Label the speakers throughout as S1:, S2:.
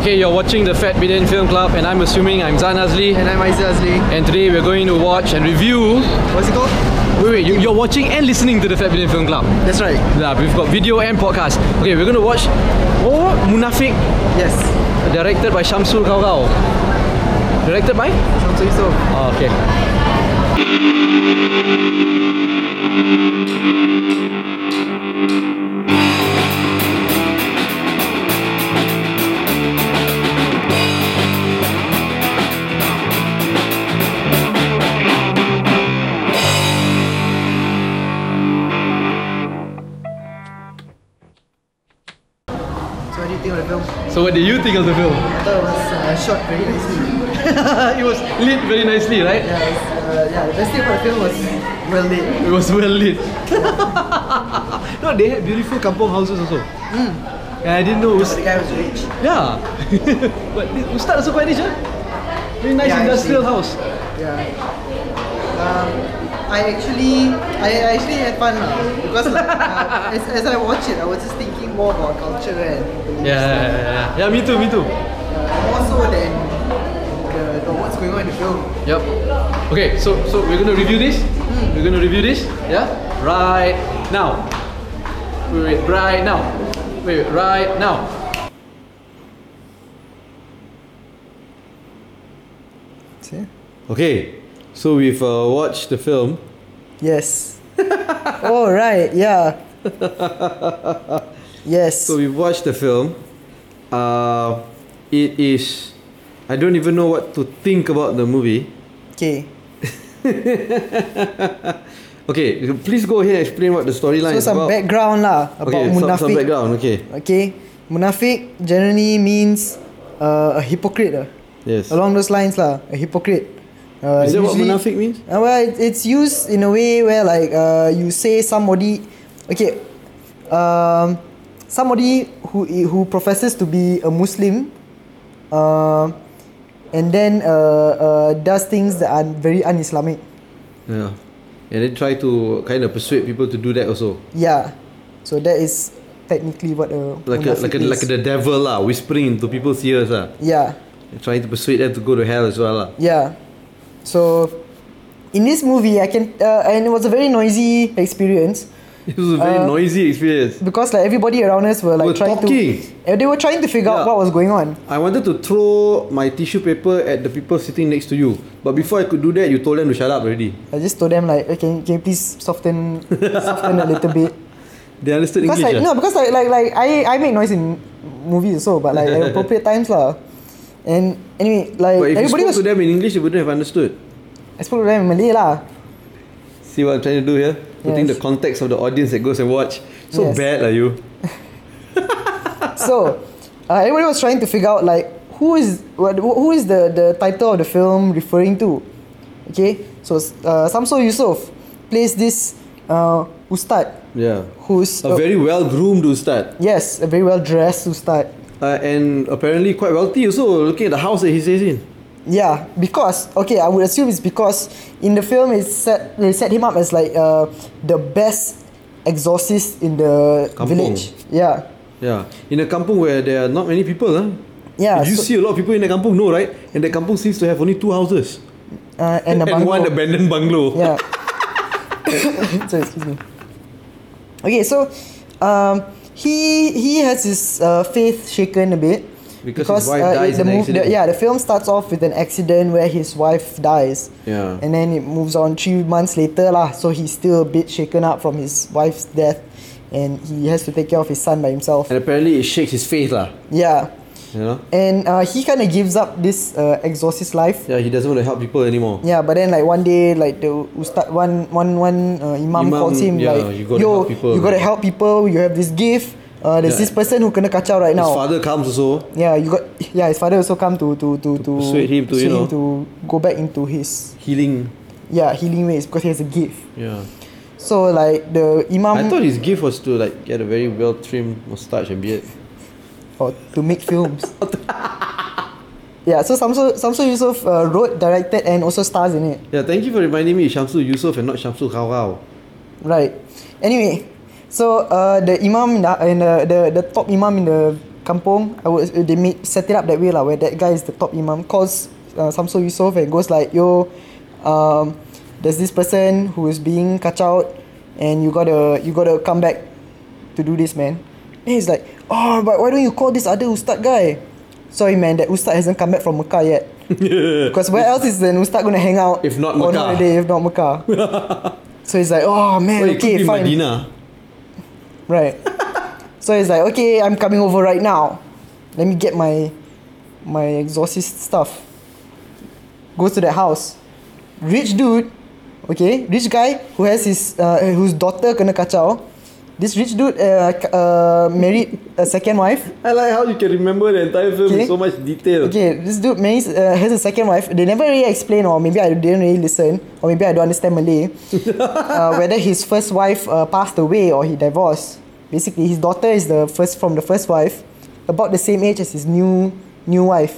S1: Okay, you're watching the Fat Billion Film Club, and I'm assuming I'm Zan Azli.
S2: And I'm Aizil Azli.
S1: And today we're going to watch and review.
S2: What's it called?
S1: Wait, wait, you- you're watching and listening to the Fat Billion Film Club.
S2: That's right.
S1: Yeah, we've got video and podcast. Okay, we're going to watch. Oh, Munafik,
S2: Yes.
S1: directed by Shamsul Kaukau. Directed by?
S2: Sounds like so.
S1: Oh, okay.
S2: So what do you think
S1: So, what do you think
S2: of the film? I
S1: of the film?
S2: thought it was uh, shot very nicely.
S1: it was lit very nicely, right?
S2: Yeah, it was, uh, yeah, the best thing about the film was well lit.
S1: It was well lit. no, they had beautiful kampong houses also. And I didn't know.
S2: The
S1: Us-
S2: guy was rich.
S1: yeah. but Ustad also quite rich, huh? eh? Very nice
S2: Yeah,
S1: industrial
S2: actually.
S1: house.
S2: Yeah. Um, I actually, I, I actually had fun lah. because like, uh, as, as I watch it, I was just thinking more about culture and beliefs.
S1: Yeah, yeah, yeah, yeah. Yeah, me too, me too.
S2: Uh, more so than the, the what's going on in the film.
S1: Yep. Okay, so so we're gonna review this.
S2: Hmm.
S1: We're gonna review this. Yeah. Right now. Wait, wait, right now. Wait, wait, right now.
S2: See?
S1: Okay, so we've uh, watched the film.
S2: Yes. oh right, yeah. yes.
S1: So we've watched the film. Uh, it is. I don't even know what to think about the movie.
S2: Okay.
S1: Okay, please go ahead and explain what the storyline
S2: So
S1: is
S2: some
S1: about.
S2: background lah about
S1: okay, some,
S2: munafik.
S1: some background. Okay.
S2: Okay, munafik generally means uh, a hypocrite lah.
S1: Yes.
S2: Along those lines lah, a hypocrite. Uh,
S1: is that what
S2: usually-
S1: munafik means?
S2: Uh, well, it, it's used in a way where like uh, you say somebody, okay, um, somebody who i- who professes to be a Muslim, uh, and then uh, uh, does things that are very un-Islamic.
S1: Yeah. And then try to kind of persuade people to do that also.
S2: Yeah, so that is technically what a
S1: Like a,
S2: munafiq
S1: like a,
S2: is.
S1: like the devil lah, whispering into people's ears lah,
S2: yeah.
S1: and trying to persuade them to go to hell as well lah.
S2: Yeah. So, in this movie, I can uh, and it was a very noisy experience
S1: It was a very
S2: Uh,
S1: noisy experience.
S2: because like everybody around us were like
S1: Were
S2: trying
S1: talking.
S2: to, uh, they were trying to figure out
S1: Yeah.
S2: what was going on.
S1: I wanted to throw my tissue paper at the people sitting next to you, but before I could do that, you told them to shut up already.
S2: I just told them like, okay, can you please soften, soften a little bit.
S1: They understood
S2: Because
S1: English.
S2: like
S1: ah?
S2: no, because like like like I I make noise in movies also, but like at appropriate times lah. And anyway, like
S1: But if you
S2: everybody
S1: spoke
S2: was
S1: to them in English, they wouldn't have understood.
S2: I spoke to them in Malay lah.
S1: See what I'm trying to do here? Putting
S2: Yes.
S1: the context of the audience that goes and watch. So
S2: Yes.
S1: bad are you?
S2: so uh, everybody was trying to figure out like who is what who is the the title of the film referring to okay so uh, Samso Yusof plays this uh, ustad
S1: Yeah.
S2: who's uh,
S1: A very well groomed ustad.
S2: yes a very well dressed ustad
S1: Uh, and apparently quite wealthy also, looking at the house that he stays in.
S2: yeah because okay I would assume it's because in the film it's set they set him up as like uh, the best exorcist in the
S1: Kampung.
S2: village yeah
S1: Yeah. In a kampung where there are not many people, huh?
S2: Yeah,
S1: Did you
S2: so-
S1: see a lot of people in the kampung? No, right? And the kampung seems to have only two houses.
S2: uh, and, a
S1: and one
S2: bungalow.
S1: abandoned bungalow.
S2: Yeah. Sorry, excuse me. Okay, so um, he he has his uh, faith shaken a bit uh,
S1: Because his wife dies in an accident.
S2: the, yeah the film starts off with an accident where his wife dies.
S1: Yeah.
S2: And then it moves on three months later lah, so he's still a bit shaken up from his wife's death, and he has to take care of his son by himself.
S1: And apparently it shakes his faith, lah.
S2: Yeah.
S1: You know?
S2: And uh, he kind of gives up this uh, exorcist life.
S1: Yeah, he doesn't want to help people anymore.
S2: Yeah, but then like one day, like the ustad, one one one uh, imam,
S1: Imam,
S2: calls him
S1: yeah,
S2: like,
S1: you gotta
S2: "Yo,
S1: help people."
S2: you gotta help people. You have this gift. Uh, there's
S1: Yeah.
S2: this person who kena kacau right
S1: His
S2: now.
S1: father comes also.
S2: Yeah, you got. Yeah, his father also come to to to to,
S1: persuade him to, you
S2: persuade him
S1: know.
S2: to go back into his
S1: Healing.
S2: yeah healing ways because he has a gift.
S1: Yeah.
S2: So like the
S1: I
S2: imam
S1: thought his gift was to like get a very well trimmed mustache and beard.
S2: or to make films. yeah, so Samso Samso Yusof uh, wrote, directed, and also stars in it.
S1: Yeah, thank you for reminding me Shamsul Yusof and not Shamsul Kawau.
S2: uh, Right. Anyway, so uh, the imam in the, in the, the the top imam in the kampung, I would they make set it up that way lah, where that guy is the top imam, calls uh, Samsul Yusof and goes like, yo, um, there's this person who is being catch out, and you gotta you gotta come back to do this, man. Then he's like, oh, but why don't you call this other ustad guy? Sorry, man, that ustad hasn't come back from Mecca yet. Because where else is an ustad gonna hang out?
S3: If not
S2: on
S3: Mecca.
S2: holiday, if not Mecca. so he's like, oh man,
S1: Wait,
S2: okay,
S1: it could be
S2: fine.
S1: Medina.
S2: Right. so it's like, okay, I'm coming over right now. Let me get my my exorcist stuff. Goes to that house. Rich dude, okay, rich guy who has his uh, whose daughter kena kacau. This rich dude uh, k- uh, married a second wife.
S1: I like how you can remember the entire film in
S2: Okay.
S1: so much detail.
S2: Okay, this dude marries, uh, has a second wife. They never really explain, or maybe I didn't really listen, or maybe I don't understand Malay. uh, whether his first wife uh, passed away or he divorced. Basically, his daughter is the first from the first wife, about the same age as his new new wife,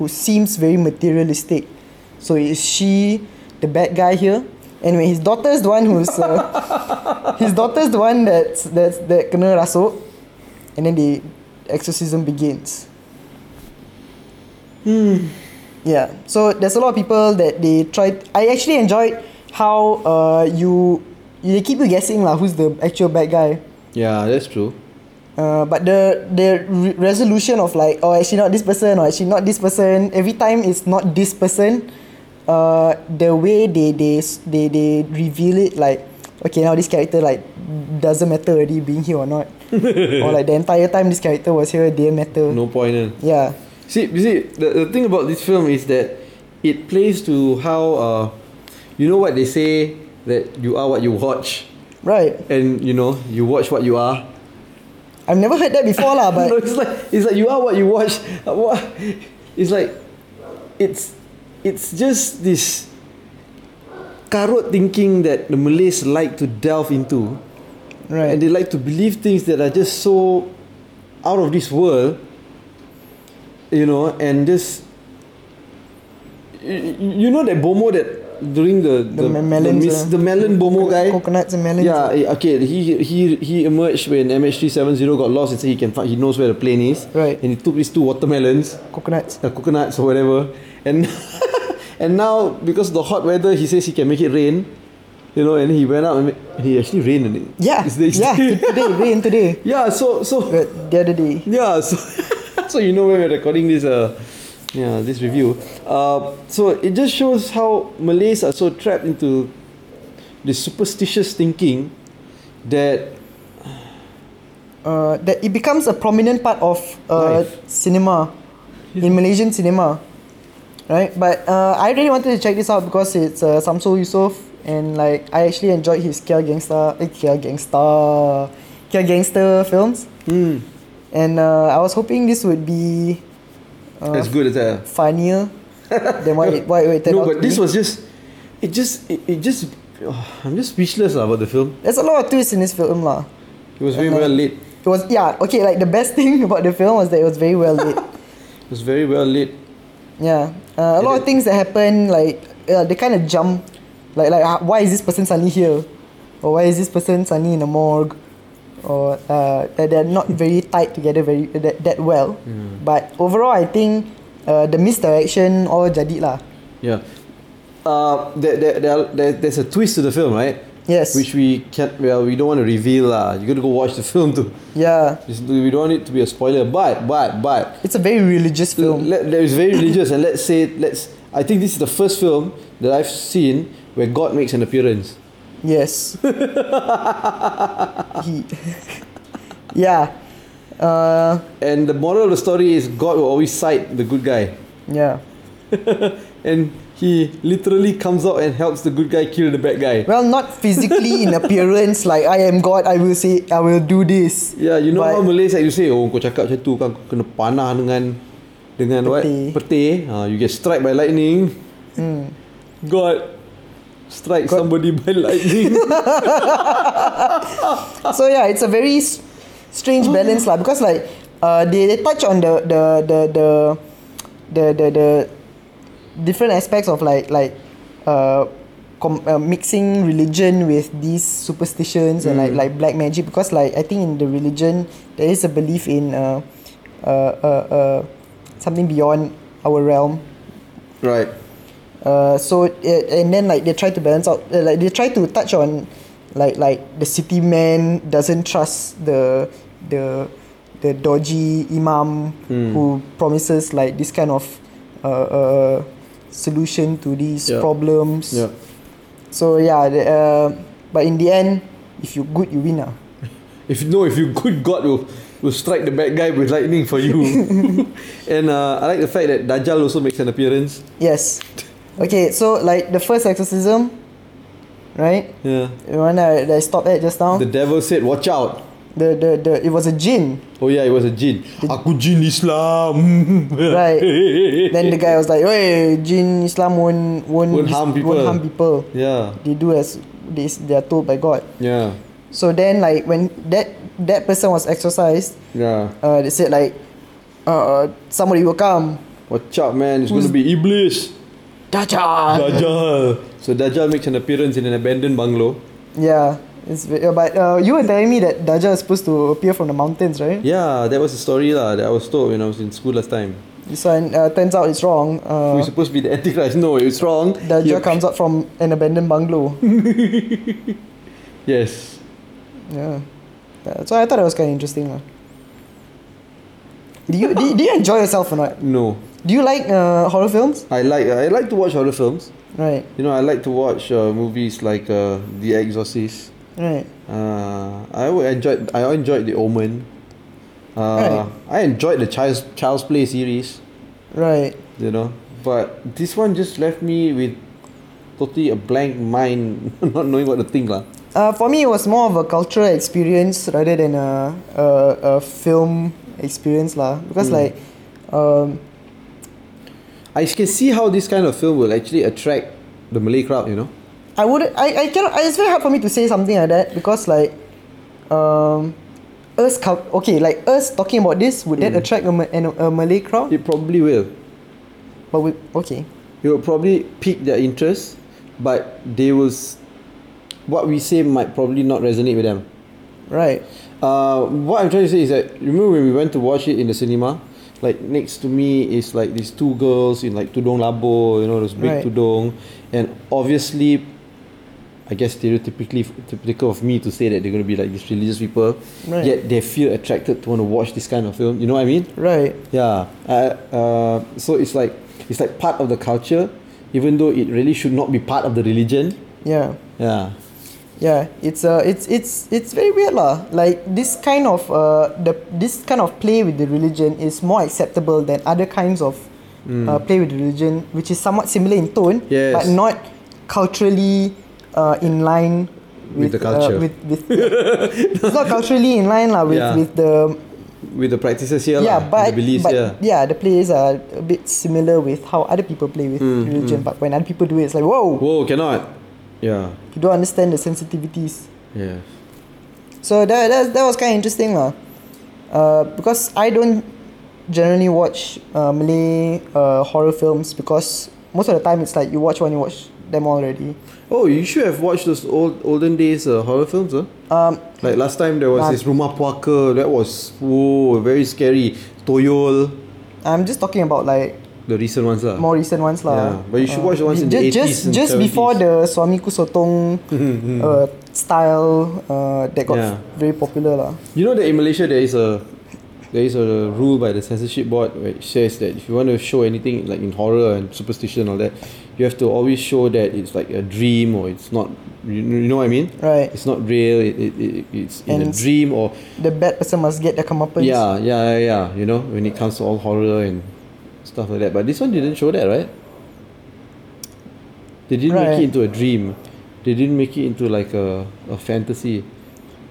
S2: who seems very materialistic. So is she the bad guy here? Anyway, his daughter's the one who's uh, his daughter's the one that's that's that kena rasuk, and then the exorcism begins. Yeah. So there's a lot of people that they try. I actually enjoyed how uh you they keep you guessing lah who's the actual bad guy.
S1: Yeah, that's true.
S2: Uh, but the the re- resolution of like oh actually not this person or actually not this person every time it's not this person. Uh, the way they they s- they they reveal it like okay now this character like doesn't matter already being here or not or like the entire time this character was here didn't matter
S1: No point. eh?
S2: yeah
S1: See, you see, the, the thing about this film is that it plays to how, uh, you know what they say, that you are what you watch,
S2: right
S1: and you know, you watch what you are.
S2: I've never heard that before lah but
S1: no, it's like, it's like you are what you watch. Uh, what- It's like, it's, it's just this carrot thinking that the Malays like to delve into.
S2: right
S1: And they like to believe things that are just so out of this world, you know, and just. You, you know that Bomo that during the
S2: The me- melons,
S1: mis-
S2: uh,
S1: the melon Bomo guy
S2: coconuts and melons
S1: yeah eh, okay he he he emerged when MH370 got lost and said he can find, he knows where the plane is
S2: Right.
S1: and he took these two watermelons
S2: coconuts
S1: uh, coconuts or whatever. And and now because of the hot weather, he says he can make it rain. You know, and he went out and, ma- and he actually rained on it.
S2: yeah
S1: It's the-
S2: yeah today rain today
S1: yeah. So so
S2: but the other day
S1: yeah. So so you know when we're recording this uh yeah this review uh so it just shows how Malays are so trapped into the superstitious thinking that
S2: uh, that it becomes a prominent part of uh,
S1: Life.
S2: cinema in Malaysian cinema right but uh, I really wanted to check this out because it's uh, Samsul Yusof and like I actually enjoyed his Kia Gangsta eh, Kia Gangsta Kia Gangster films
S1: mm,
S2: and uh, I was hoping this would be uh,
S1: as good as that.
S2: funnier than what it, what it turned
S1: No,
S2: out
S1: but
S2: to
S1: this
S2: be.
S1: was just it just it, it just I'm just speechless lah about the film.
S2: there's a lot of twists in this film lah
S1: It was very
S2: And, uh,
S1: well lit. It
S2: It was yeah okay. Like the best thing about the film was that it was very well lit.
S1: was very well lit.
S2: yeah,
S1: And
S2: uh, a lot of
S1: it-
S2: things that happen like uh, they kind of jump, like like uh, why is this person suddenly here, or why is this person suddenly in a morgue, or uh, that they're not very tied together very that, that well.
S1: Mm.
S2: But overall, I think uh, the misdirection all jadi lah.
S1: Yeah. Uh, there, there, there, are- there, there's a twist to the film, right?
S2: Yes.
S1: Which we can't. Well, we don't want to reveal lah. You got to go watch the film to.
S2: yeah,
S1: it's- We don't want it to be a spoiler. But but but
S2: it's a very religious film.
S1: let, there is very religious and let's say let's. I think this is the first film that I've seen where God makes an appearance.
S2: Yes. he. yeah. Uh,
S1: And the moral of the story is God will always side the good guy.
S2: yeah.
S1: and he literally comes out and helps the good guy kill the bad guy.
S2: Well, not physically in appearance, like I am God, I will say, I will do this.
S1: Yeah, you know
S2: But-
S1: how Malays like you say, oh kau cakap macam tu kan kau kena panah dengan dengan what?
S2: Peti.
S1: Peti. Ha, you get struck by lightning.
S2: Hmm.
S1: God strike somebody by lightning.
S2: So yeah, it's a very s- strange balance, lah. Because like, uh, they, they touch on the the the the the the, the different aspects of like like uh, com- uh mixing religion with these
S1: Mm.
S2: superstitions and like like black magic because like I think in the religion there is a belief in uh uh, uh, uh, something beyond our realm.
S1: Right.
S2: Uh, so it, and then like they try to balance out uh, like they try to touch on like like the city man doesn't trust the the the dodgy imam
S1: Hmm.
S2: who promises like this kind of uh, uh, solution to these
S1: Yeah.
S2: problems
S1: Yeah.
S2: so yeah the, uh, but in the end if you good you win ah.
S1: If no, if you good God will will strike the bad guy with lightning for you. and uh, I like the fact that Dajjal also makes an appearance.
S2: yes okay so like the first exorcism right
S1: Yeah.
S2: the one I, that I stopped at just now
S1: The devil said, "Watch out."
S2: the, the, the it was a jinn
S1: Oh yeah, it was a jinn. Aku jin Islam.
S2: Right. Then the guy was like, "Hey, jin Islam won't won't,
S1: Won't harm people."
S2: won't harm people.
S1: Yeah.
S2: They do as they s- they are told by God."
S1: Yeah.
S2: So then, like when that that person was exorcised,
S1: Yeah.
S2: uh, they said like, uh, somebody will come.
S1: Watch out, man. It's gonna be Iblis.
S2: Dacha.
S1: Dajjal. So Dajjal makes an appearance in an abandoned bungalow.
S2: Yeah, it's ve- uh, but uh, you were telling me that Daja is supposed to appear from the mountains, right?
S1: Yeah, that was the story lah that I was told when I was in school last time.
S2: This one uh, turns out it's wrong.
S1: We're
S2: Uh,
S1: supposed to be the Antichrist. No, it's wrong. He
S2: Daja
S1: ap-
S2: comes out from an abandoned bungalow.
S1: Yes.
S2: Yeah. Uh, So I thought it was kind of interesting. lah. Do you do, do you enjoy yourself or not?
S1: No.
S2: Do you like uh, horror films?
S1: I like I like to watch horror films.
S2: Right,
S1: You know, I like to watch uh, movies like uh, The Exorcist.
S2: right.
S1: Uh, I would enjoyed I enjoyed The Omen. Uh,
S2: Right.
S1: I enjoyed the Child's Child's Play series.
S2: Right.
S1: You know, but this one just left me with totally a blank mind, not knowing what to think lah.
S2: Uh, for me, it was more of a cultural experience rather than a, a, a film experience lah. Because like, um,
S1: I can see how this kind of film will actually attract the Malay crowd. You know.
S2: I would I, I cannot. It's very hard for me to say something like that because like, um, us cul- okay like us talking about this would that attract a, Ma- an, a Malay crowd?
S1: It probably will.
S2: But we, okay,
S1: It will probably pique their interest, but they will. S- what we say might probably not resonate with them.
S2: right,
S1: Uh, what I'm trying to say is that remember when we went to watch it in the cinema, like next to me is like these two girls in like tudong labo, you know those big
S2: Right.
S1: tudong, and obviously, I guess stereotypically typical of me to say that they're gonna be like these religious people,
S2: Right.
S1: yet they feel attracted to want to watch this kind of film. You know what I mean?
S2: right,
S1: Yeah. Uh, uh, so it's like it's like part of the culture, even though it really should not be part of the religion.
S2: yeah.
S1: Yeah.
S2: Yeah, it's uh, it's it's it's very weird lah. Like this kind of uh, the this kind of play with the religion is more acceptable than other kinds of uh, play with religion, which is somewhat similar in
S1: Mm.
S2: tone,
S1: Yes.
S2: but not culturally uh, in line
S1: With the culture.
S2: Uh, with with it's not culturally in line lah with
S1: Yeah.
S2: with the
S1: With the practices here,
S2: yeah,
S1: lah, with
S2: but,
S1: the beliefs,
S2: but
S1: yeah.
S2: the plays are a bit similar with how other people play with religion, but when other people do it, it's like whoa,
S1: Mm, Whoa, cannot. Yeah.
S2: you don't understand the sensitivities.
S1: Yeah.
S2: So that that, that was kind of interesting lah. Uh, because I don't generally watch uh, Malay uh, horror films because most of the time it's like you watch one, you watch them already.
S1: Oh, you should have watched those old olden days uh, horror films, huh?
S2: Um,
S1: Like last time there was
S2: Nah.
S1: this Rumah Puaka. That was whoa, very scary. Toyol,
S2: I'm just talking about like
S1: the recent ones, lah.
S2: more recent ones lah.
S1: Yeah, but you should watch the ones in the
S2: ju-
S1: 80s
S2: just
S1: and
S2: just before
S1: 70s.
S2: the Suamiku Sotong uh, style uh, that got
S1: Yeah.
S2: very popular lah.
S1: You know that in Malaysia there is a there is a rule by the censorship board which says that if you want to show anything like in horror and superstition and all that, you have to always show that it's like a dream or it's not. You, you know what I mean?
S2: Right.
S1: It's not real. It, it, it it's in a
S2: And it's-
S1: dream or
S2: The bad person must get their comeuppance.
S1: yeah yeah yeah yeah. You know when it comes to all horror and stuff like that. But this one didn't show that, right? They didn't make
S2: Right.
S1: it into a dream. They didn't make it into like a, a fantasy.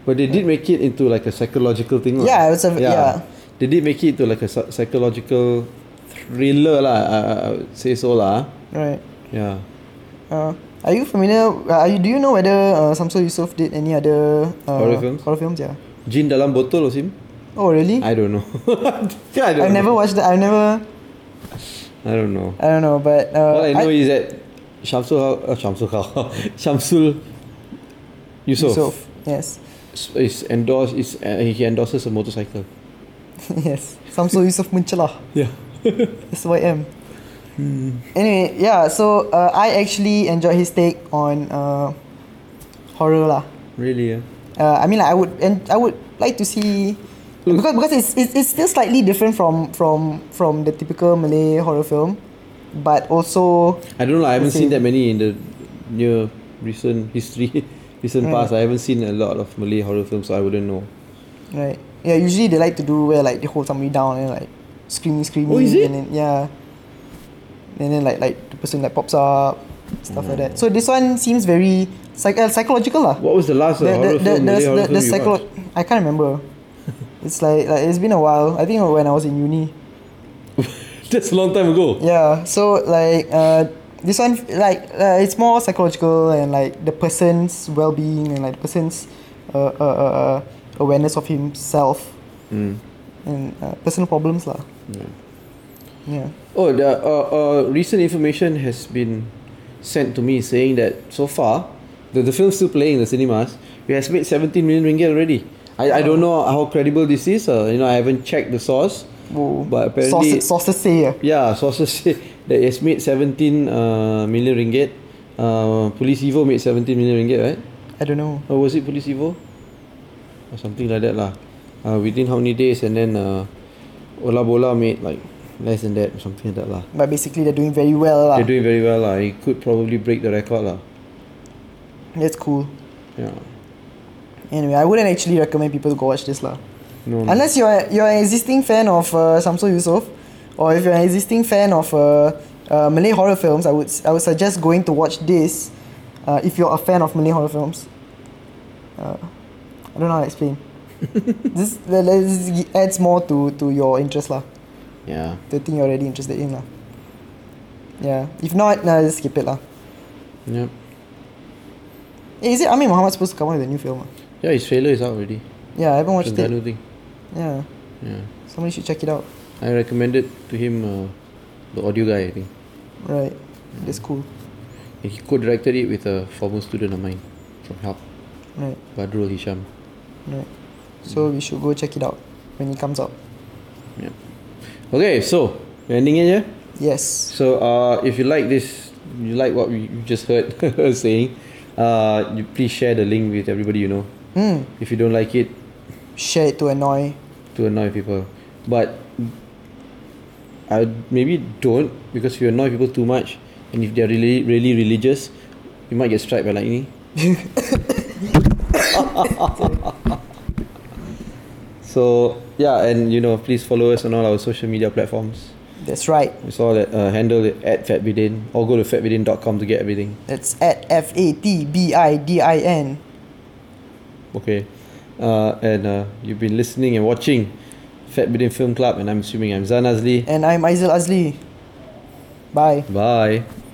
S1: But they did make it into like a psychological thing. lah.
S2: Yeah, it was a- yeah.
S1: They did make it into like a psy- psychological thriller lah. I, I- I would say so lah.
S2: Right.
S1: Yeah.
S2: Uh, are you familiar? Uh, are you, do you know whether uh, Samsul Yusof did any other uh,
S1: Horror films?
S2: Horror films, yeah.
S1: Jin dalam botol was him?
S2: Oh really?
S1: I
S2: I
S1: don't know. yeah, I don't
S2: have never
S1: know.
S2: watched that. I've never.
S1: I don't know.
S2: I don't know, but uh,
S1: All I know is that Shamsul, uh, Shamsul, Kha- Shamsul Yusof
S2: Yusof, Yes.
S1: is endorsed. Is uh, he endorses a motorcycle?
S2: yes. Samsul Yusof Munchalah.
S1: Yeah.
S2: SYM.
S1: Hmm.
S2: Anyway, yeah, so uh, I actually enjoyed his take on uh, horror lah.
S1: Really, yeah.
S2: Uh, I mean, like, I would and I would like to see because because it's, it's it's still slightly different from from from the typical Malay horror film, but also
S1: I don't know. I haven't
S2: Let's
S1: seen
S2: see.
S1: that many in the near recent history, recent
S2: Mm.
S1: past. I haven't seen a lot of Malay horror films, so I wouldn't know.
S2: right yeah usually they like to do where like they hold somebody down and like screaming screaming
S1: Oh, is it?
S2: and then yeah and then like like the person like pops up stuff like that. So this one seems very psych- uh, psychological lah.
S1: What was the last uh, horror
S2: the, the,
S1: film?
S2: the,
S1: Malay horror
S2: the, the
S1: film you
S2: cyclo-
S1: watched?
S2: I can't remember. it's like, like it's been a while. I think when I was in uni.
S1: That's a long time ago.
S2: Yeah. So like uh, this one like uh, it's more psychological and like the person's well being and like the person's uh, uh, uh, uh, awareness of himself
S1: Mm.
S2: and uh, personal problems lah.
S1: Yeah.
S2: Yeah.
S1: Oh, the uh, uh, recent information has been sent to me saying that so far, the, the film's still playing in the cinemas. It has made 17 million ringgit already. I, I don't know how credible this is. Uh, you know, I haven't checked the source.
S2: Whoa.
S1: But apparently,
S2: sources, sources say yeah.
S1: yeah, sources say that it has made 17 uh, million ringgit. Uh, Police Evo made 17 million ringgit, right?
S2: I don't know.
S1: Or was it Police Evo? Or something like that lah. Uh, within how many days and then uh, Ola Bola made like less than that or something like that lah.
S2: But basically they're doing very well lah.
S1: They're doing very well, lah. It could probably break the record, lah.
S2: That's cool.
S1: Yeah.
S2: Anyway, I wouldn't actually recommend people to go watch this lah.
S1: No. no.
S2: Unless you're you're an existing fan of uh, Samsul Yusof, or if you're an existing fan of uh, uh, Malay horror films, I would s- I would suggest going to watch this. Uh, if you're a fan of Malay horror films, uh, I don't know how to explain. this, the- the- this adds more to, to your interest lah,
S1: Yeah.
S2: the thing you're already interested in lah. Yeah. If not, nah, just skip it lah.
S1: Yep.
S2: Eh, is it Amin Muhammad supposed to come out with a new film? ah?
S1: Yeah, his trailer is out already.
S2: Yeah, I haven't watched it.
S1: Shantanu thing.
S2: Yeah,
S1: Yeah.
S2: somebody should check it out.
S1: I recommended to him uh, the audio guy, I think.
S2: Right, that's cool.
S1: And he co directed it with a former student of mine from Help,
S2: Right.
S1: Badrul Hisham.
S2: Right. So we should go check it out when it comes out.
S1: Yep. Okay, so, we're ending it here.
S2: Yes.
S1: So, uh, if you like this, you like what we you just heard her saying, uh, you please share the link with everybody you know.
S2: Hmm.
S1: If you don't like it,
S2: Share it to annoy.
S1: to annoy people. But I maybe don't because if you annoy people too much and if they're really really religious, you might get struck by lightning. so yeah, and you know, please follow us on all our social media platforms.
S2: That's right.
S1: It's all at uh, handle at fatbidin or go to fatbidin.com to get everything.
S2: That's at F A T B I D I N.
S1: Okay. Uh, and uh, you've been listening and watching Fat Bidin Film Club, and I'm assuming I'm Zan Azli.
S2: And I'm Aizil Azli. Bye.
S1: Bye.